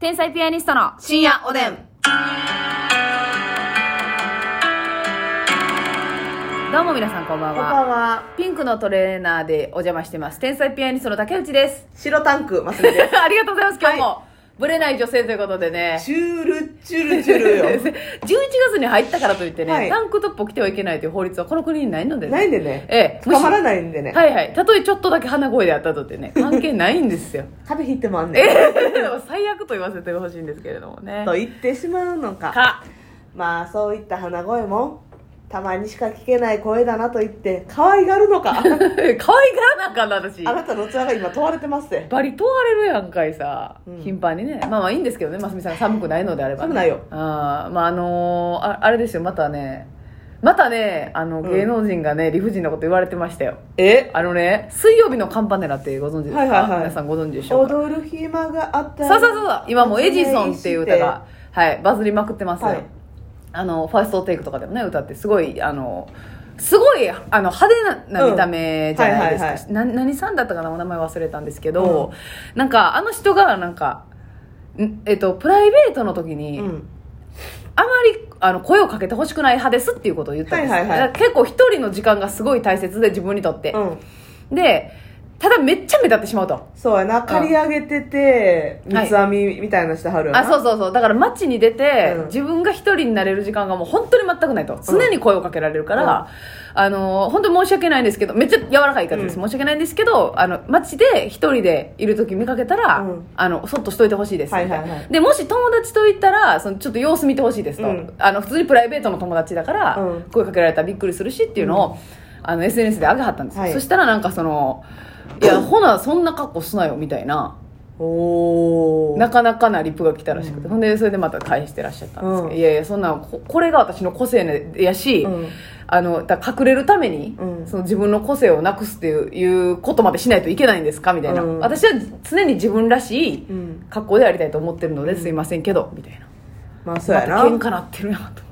天才ピアニストの深夜おでん。どうも皆さんこんばんこんばはんは。ピンクのトレーナーでお邪魔してます天才ピアニストの竹内です白タンク、マスミで ありがとうございます今日も、ブレない女性ということでねす。チュールチュルチュル よ。 11月に入ったからといってね、はいタンクトップを着てはいけないという法律はこの国にないのでね ないんでね。ええ捕まらないんでね。はいはいたとえちょっとだけ鼻声であったとってね関係ないんです よ壁引いてもあんえねん。え でも最悪と言わせてほしいんですけれどもねと言ってしまうのか。かまあ、そういった鼻声も、たまにしか聞けない声だなと言って、可愛がる のか。可愛がらなあかんな私あなたの器が今問われてますって。バリ問われるやんかいさ、うん頻繁にねまあまあいいんですけどね真澄さんが寒くないのであれば、ね、寒くないよあーまああのーああれですよまたねまたねあのん芸能人がね、理不尽なこと言われてましたよえあのね水曜日のカンパネラってご存知ですか、はいはいはい皆さんご存知でしょうか踊る暇があったそらうそうそうそう今もうエジソンっていう歌が、はい、バズりまくってますよ、はいあのファーストテイクとかでもね歌ってすごいあのすごいあの派手なな見た目じゃないですか、うんはいはな何さんだったかなお名前忘れたんですけど、なんかあの人がなんかんえっと、プライベートの時に、うんあまりあの声をかけてほしくない派ですっていうことを言ったんです、はいはいはいだから結構一人の時間がすごい大切で自分にとってう、んでただめっちゃ目立ってしまうとそうやな借り上げててんはい三つ編みみたいなしてはるよなあそうそうそうだから街に出て、うん自分が一人になれる時間がもう本当に全くないと常に声をかけられるから、あの本当に申し訳ないんですけどめっちゃ柔らかい言い方です、うん申し訳ないんですけどあの街で一人でいる時見かけたら、うんあのそっとしといてほしいです、はいはいはいでもし友達と行ったらそのちょっと様子見てほしいですと、うんあの普通にプライベートの友達だから、うん声かけられたらびっくりするしっていうのを、あの SNS で上げはったんですよ、はいそしたらなんかその「いやほなそんな格好すなよ」みたいなおおなかなかなリプが来たらしくて、うんほんでそれでまた返してらっしゃったんですけど、うんいやいやそんなんここれが私の個性やし、うんあのだから隠れるために、うんその自分の個性をなくすっていういうことまでしないといけないんですかみたいな、うん私は常に自分らしいうん格好でありたいと思ってるのですいませんけど、みたいなまあそうやまなた喧嘩なってるなと思って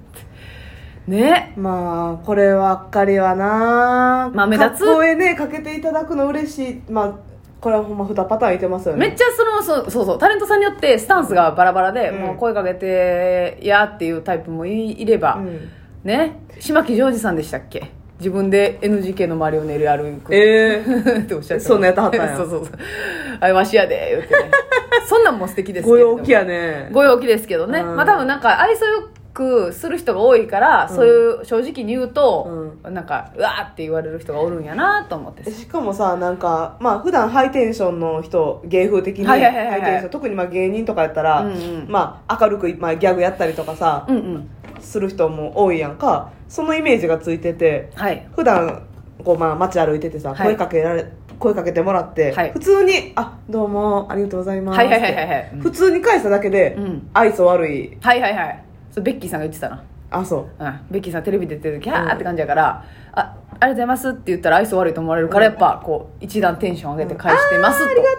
ねまあこればっかりはなまあ目立つ格好へねかけていただくの嬉しいまあこれはほんま2パターンいてますよめねっちゃそのそうそうそうタレントさんによってスタンスがバラバラで、うんもう声かけてやっていうタイプもいいれば、うんね島木ジョージさんでしたっけ自分で NGK の周りを練り歩くええ っておっしゃってましたそんなんやったはったんや そうそうそうあれわしやで言ってね そんなんも素敵ですけごれど陽気やねご陽気ですけどね、うんまあ多分なんか愛想よくする人が多いから、そういう正直に言うと、なんかうわーって言われる人がおるんやなと思ってしかもさなんかまあ普段ハイテンションの人芸風的にハはいイはテいはいはいンション特にまあ芸人とかやったら、うんうんまあ明るく、まあ、ギャグやったりとかさうんうんする人も多いやんかそのイメージがついててはい普段こうまあ街歩いててはさ、い声かけられ声かけてもらって、はい普通に「あどうもありがとうございます」はいはいはいはいはいって普通に返しただけで、うん愛想悪いはいはいはいそうベッキーさんが言ってたなあそううん、ベッキーさんテレビ出てる時キャーって感じやから、あありがとうございますって言ったら愛想悪いと思われるから、やっぱこう一段テンション上げて返してますとあーありがとう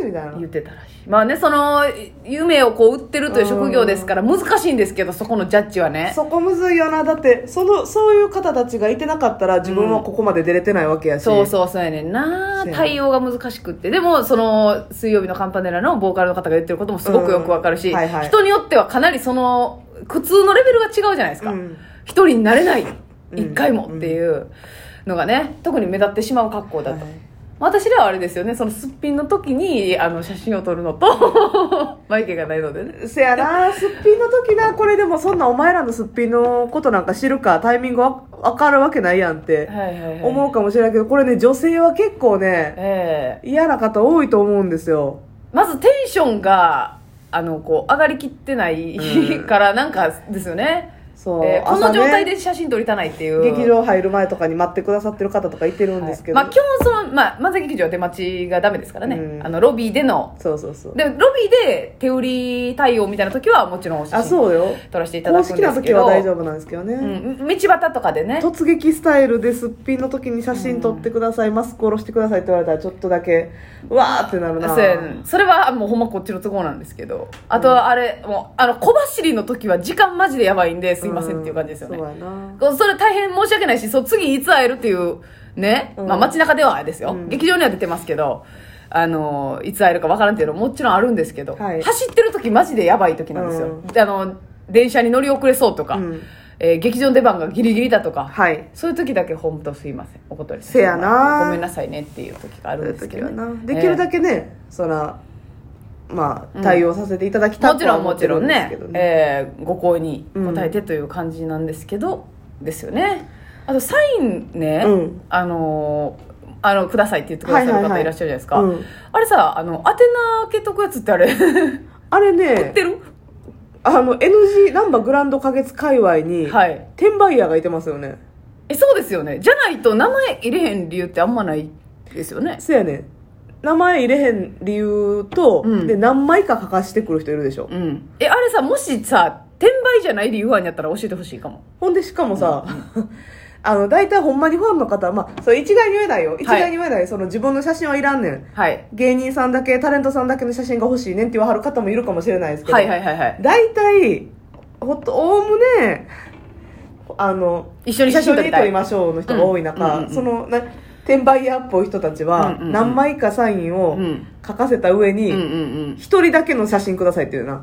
ございますみ言ってたらしいまあねその夢をこう売ってるという職業ですから難しいんですけどそこのジャッジはたいなねそこむずいよなだってそのそういう方たちがいてなかったら自分はここまで出れてないわけやし、そうそうそうやねんなそうやね対応が難しくってでもその水曜日のカンパネラのボーカルの方が言ってることもすごくよくわかるし、うんはいはい人によってはかなりその苦痛のレベルが違うじゃないですか、うん一人になれないうん一回もっていうのがね特に目立ってしまう格好だと、はい私らはあれですよねそのすっぴんの時にあの写真を撮るのと 眉毛がないのでねせやなすっぴんの時なこれでもそんなお前らのすっぴんのことなんか知るかタイミングわ分かるわけないやんってはいはいはい思うかもしれないけどこれね女性は結構ねええ嫌な方多いと思うんですよまずテンションがあのこう上がりきってない、う んからなんかですよね、そう、えーこの朝ね状態で写真撮りたないっていう劇場入る前とかに待ってくださってる方とかいてるんですけど、はいまあ基本その、まあ、漫才劇場は出待ちがダメですからね、うんあのロビーでのそうそうそうでロビーで手売り対応みたいな時はもちろんお写あ真そうよ撮らせていただ公くん式でなすけ時どは大丈夫なんですけどね、うん、道端とかでね突撃スタイルですっぴんの時に写真撮ってください、マスク下ろしてくださいって言われたらちょっとだけうわーってなるなそうやねそれはもうほんまこっちの都合なんですけどあとはあれ、もうあの小走りの時は時間マジでやばいんですいませんっていう感じですよね、うんそうやなこうそれ大変申し訳ないしそう次いつ会えるっていうね、うんまあ、街中ではですよ、うん劇場には出てますけどあのいつ会えるか分からんっていうのももちろんあるんですけど、はい走ってる時マジでやばい時なんですよ、あの電車に乗り遅れそうとか、うんえー劇場の出番がギリギリだとか、はいそういう時だけ本当すいませんお断りさせやなごめんなさいねっていう時があそういるんうです時けどはね、なできるだけね、そらまあ対応させていただきたもいちとはろんも思ってちろるんんですねけどねえーご好意に応えてという感じなんですけど、ですよねあとサインね、うんあのーあのくださいって言ってくださはいるはいは方いいらっしゃるじゃないですか、うんあれさあの宛名開けとくやつってあれ売あれっねてるあの NG ナンバーグランド花月界隈 に、はい転売ヤーがいてますよねえそうですよねじゃないと名前入れへん理由ってあんまないですよねそうやねん名前入れへん理由と、うんで何枚か書かしてくる人いるでしょ、うんえあれさもしさ転売じゃない理由案やったら教えてほしいかもほんでしかもさ、 あの大体ほんまにファンの方は、まあ、それ一概に言えないよ一概に言えない、その自分の写真はいらんねんはい芸人さんだけタレントさんだけの写真が欲しいねんって言わはる方もいるかもしれないですけど、はいはいはいはい大体ほんとおおむねあの一緒に写真撮り一たい撮りましょうの人が多い中、うんうんうんうんそのな転売ヤーっぽい人たちはうんうんうん何枚かサインうをん書かせた上うんうんうにん一人だけの写真くださいっていうな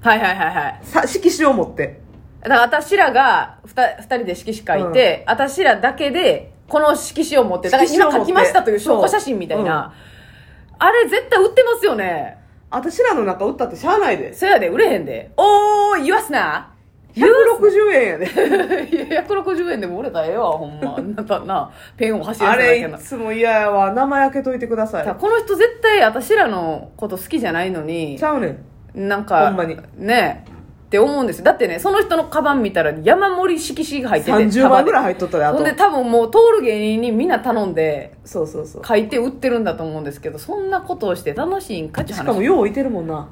はいはいはいはいさ色紙を持ってだから私らが 2, 人で色紙書いて、私らだけでこの色紙を持ってだから色紙今書きまを持ってしたという証拠写真みたいな、あれ絶対売ってますよね私らの中売ったってしゃあないですそやで売れへんでおー言わすな160円 やで、いや160円でも売れたらええわほんまあなたなペンを走らあせなきれゃいなつも嫌やわ名前開けといてくださだからいこの人絶対私らのこと好きじゃないのにちゃうねんなんかほんまにねえって思うんですよだってねその人のカバン見たら山盛り色紙が入ってて30万ぐらいい入っとったであほとんで多分もう通る芸人にみんな頼んでそうそうそう書いて売ってるんだと思うんですけどそんなことをして楽しいんかっていうし話かもよう置いてるもんな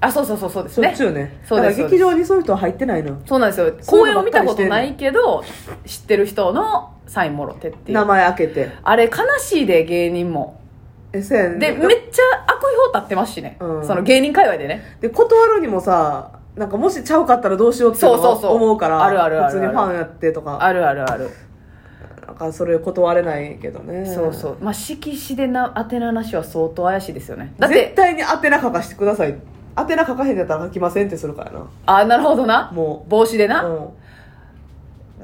あそうそうそうそうでしすょっねちゅうねそうですだから劇場にそういう人は入ってないのよそうなんですよそう公いう演のをばっ見かたりしことてんのないけど知ってる人のサインもろてってい名う前開けてあれ悲しいで芸人もえせやねんでめでっちゃ悪評立ってますしね、うんその芸人界隈でねで断るにもさなんかもしちゃうかったらどうしようっていうのそうそうはそう思うからあるあるあるある普通にファンやってとかあるあるあるなんかそれ断れないけどねそうそうまあ色紙でな当てななしは相当怪しいですよねだっ絶て対に宛名書かしてください宛名書かへんやったら書きませんってするからなあなるほどなも帽子でう、な、うん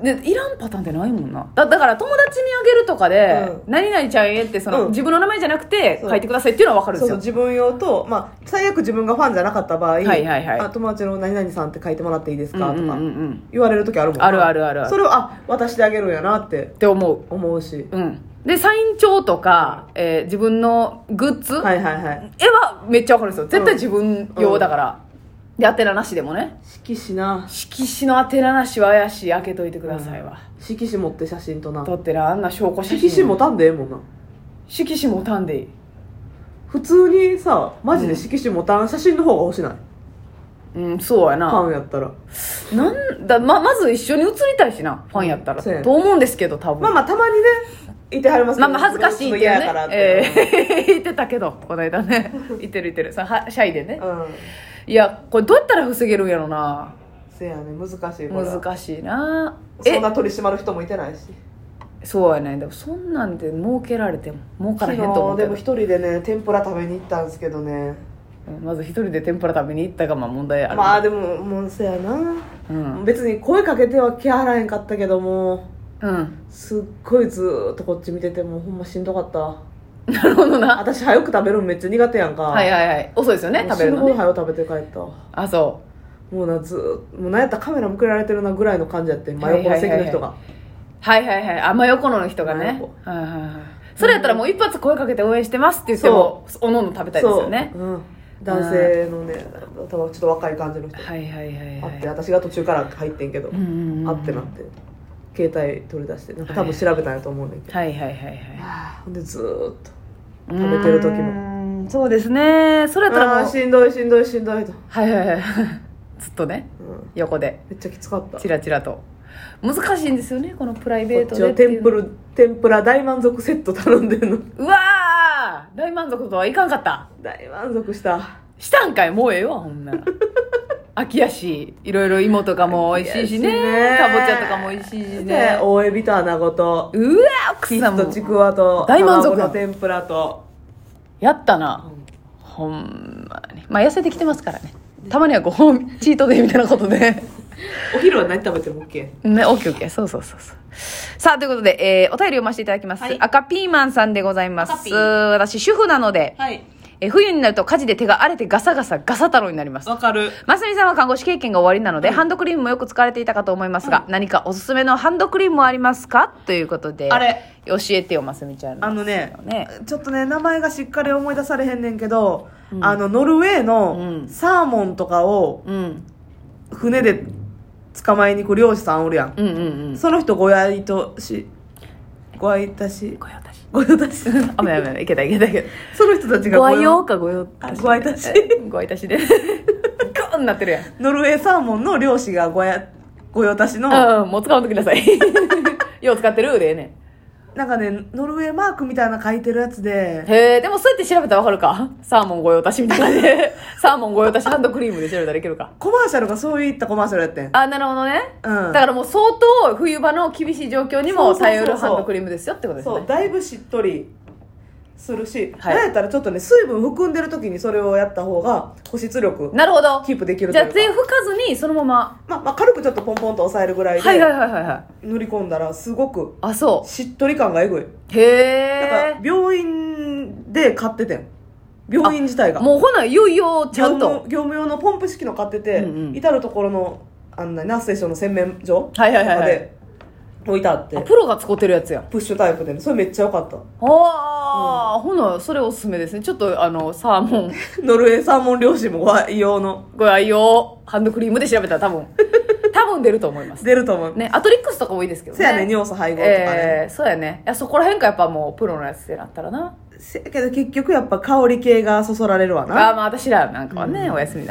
でいらんパターンってないもんなだだから友達にあげるとかで「う何々ちゃんへ」ってその、うん自分の名前じゃなくてそう書いてくださいっていうのは分かるんそでうすそうよ自分用と、まあ、最悪自分がファンじゃなかった場合、いはいはいあ友達の「何々さん」って書いてもらっていいですうんうか、んうんうとかん言われる時あるもんなあるあるあるあるそれをあ渡してあげるんやなってって思う思うしうんでサイン帳とか、えー自分のグッズ、はいはいはい絵はめっちゃ分かるんですよ絶対自分用だから、で宛名なしでもね色紙な色紙の宛名なしは怪しい開けといてくださいわ、色紙持って写真となだってなあんな証拠写真色紙持たんでええもんな色紙持たんでいい普通にさマジで色紙持たん写真の方が欲しない、うんそうやファなンやったらなんだままず一緒に写りたいしなファンやったら、そうやねと思うんですけど多分まあまあたまにねいてはりますけまあどまあ恥ずかしいっていうちょっと嫌ねやからって、えー 言ってたけどこの間 ね言ってる言ってるさはシャイでねうんいやこれどうやったら防げるんやろなせやね難しいこれは難しいなそえんな取り締まる人もいてないしそうやねでもそんなんで儲けられても儲から昨へんと思日うでけもど一人でね天ぷら食べに行ったんですけどねうんまず一人で天ぷら食べに行ったがまあ問題あるまあでももうせやな、うん別に声かけては来はらへんかったけどもうん すっごいずーっとこっち見ててもうほんましんどかったなるほどな私早く食べるのめっちゃ苦手やんかはいはいはい遅いですよね食べるのもう死ぬほねど早く食べて帰ったもあそううなずーもうなんやったらカメラ向けられてるなぐらいの感じやって真横の席の人がはいはいはい。あ、真横の人がね真横。はいはいはい。それやったらもう一発声かけて応援してますって言っても、おのおの食べたいですよね。そう、うん、男性のね多分ちょっと若い感じの人はいはいはいあはってい。私が途中から入ってんけど、うんうんうんあってなって携帯取り出してなんか多分調べたんやと思うねんけど、はいはいはいはい。はあほんでずーっと食べてる時もも。そうですね。それやったあらあもう、しんどいしんどいしんどいと、はいはいはい。 ずっとね、うん、横で、めっちゃきつかったチラチラと。難しいんですよね、このプライベーこトっちではって天いうぷら天ぷら大満足セット頼んでるの うわー大満足とはいかんかった。大満足したしたんかい、もうええわ、ほんな ら。秋やし、いろいろ芋とかも美味しいしね秋やし。ねかぼちゃとかも美味しいしねで。大エビと穴子とうわ奥ピさんッもとちくわと大満足卵の天ぷらとやったな、ほんまにまあ痩せてきてますからねたまにはご褒美チートデイみたいなことで お昼は何食べても OK ねオッケーオッケーそうそうそうそうさあということで、えーお便りを読ませていただきます、はい赤ピーマンさんでございま赤ピすー私主婦なので、はいえー冬になると火事で手が荒れてガサガサガサ太郎になりますわかるマスミさんは看護師経験が終わりなので、ハンドクリームもよく使われていたかと思いますが、何かおすすめのハンドクリームはありますかということであれ教えてよマスミちゃんあのねねちょっとね名前がしっかり思い出されへんねんけど、あのノルウェーうのんサーモンとかをうん船で捕まえに行く漁師さんおるやん、うんうんうんその人ごやいとしごやいたしご用達ごやいたし あめあめあめいけたいけたいけたその人たちがご用用かご用達ご用達ご用 達でゴーンなってるやんノルウェーサーモンの漁師がごやご用達の、うんうんもう使わんときなさい よう使ってるでええねなんかねノルウェーマークみたいなの書いてるやつでんへえでもそうやって調べたらわかるかサーモンご用達みたいな感じ でサーモンご用達ハンドクリームで調べたらいけるかコマーシャルがそういったコマーシャルやってんあなるほどね、うんだからもう相当冬場の厳しい状況にも耐えうるハンドクリームですよってことですそうねだいぶしっとりするし、はいなんやったらちょっとね水分含んでる時にそれをやった方が保湿力なるほどキープできるじとゃいうあか手拭かずにそのまままあまあ、軽くちょっとポンポンと押さえるぐらいはいはいではいはいはい塗り込んだらすごくあそしっとり感がえぐいうだからへ病院で買っててん病院自体えがもうほないよいよちゃんと業務業務用のポンプ式の買ってて、うんうん至る所のあんなナーステーションの洗面所とかはいはいはいはいで置いてあってあプロが使ってるやつやプッシュタイプでそれめっちゃ良かった ああ、ほなそれおすすめですねちょっとあのサーモン ノルウェーサーモン漁師もご愛用のご愛用ハンドクリームで調べたら多 分多分出ると思います出ると思う、ねアトリックスとかもいいですけどせねやね尿素配合とかね、えーそうやねいやそこら辺かやっぱもうプロのやつってなったらなせやけど結局やっぱ香り系がそそられるわなあーまあ私らなんかはね、お休みだ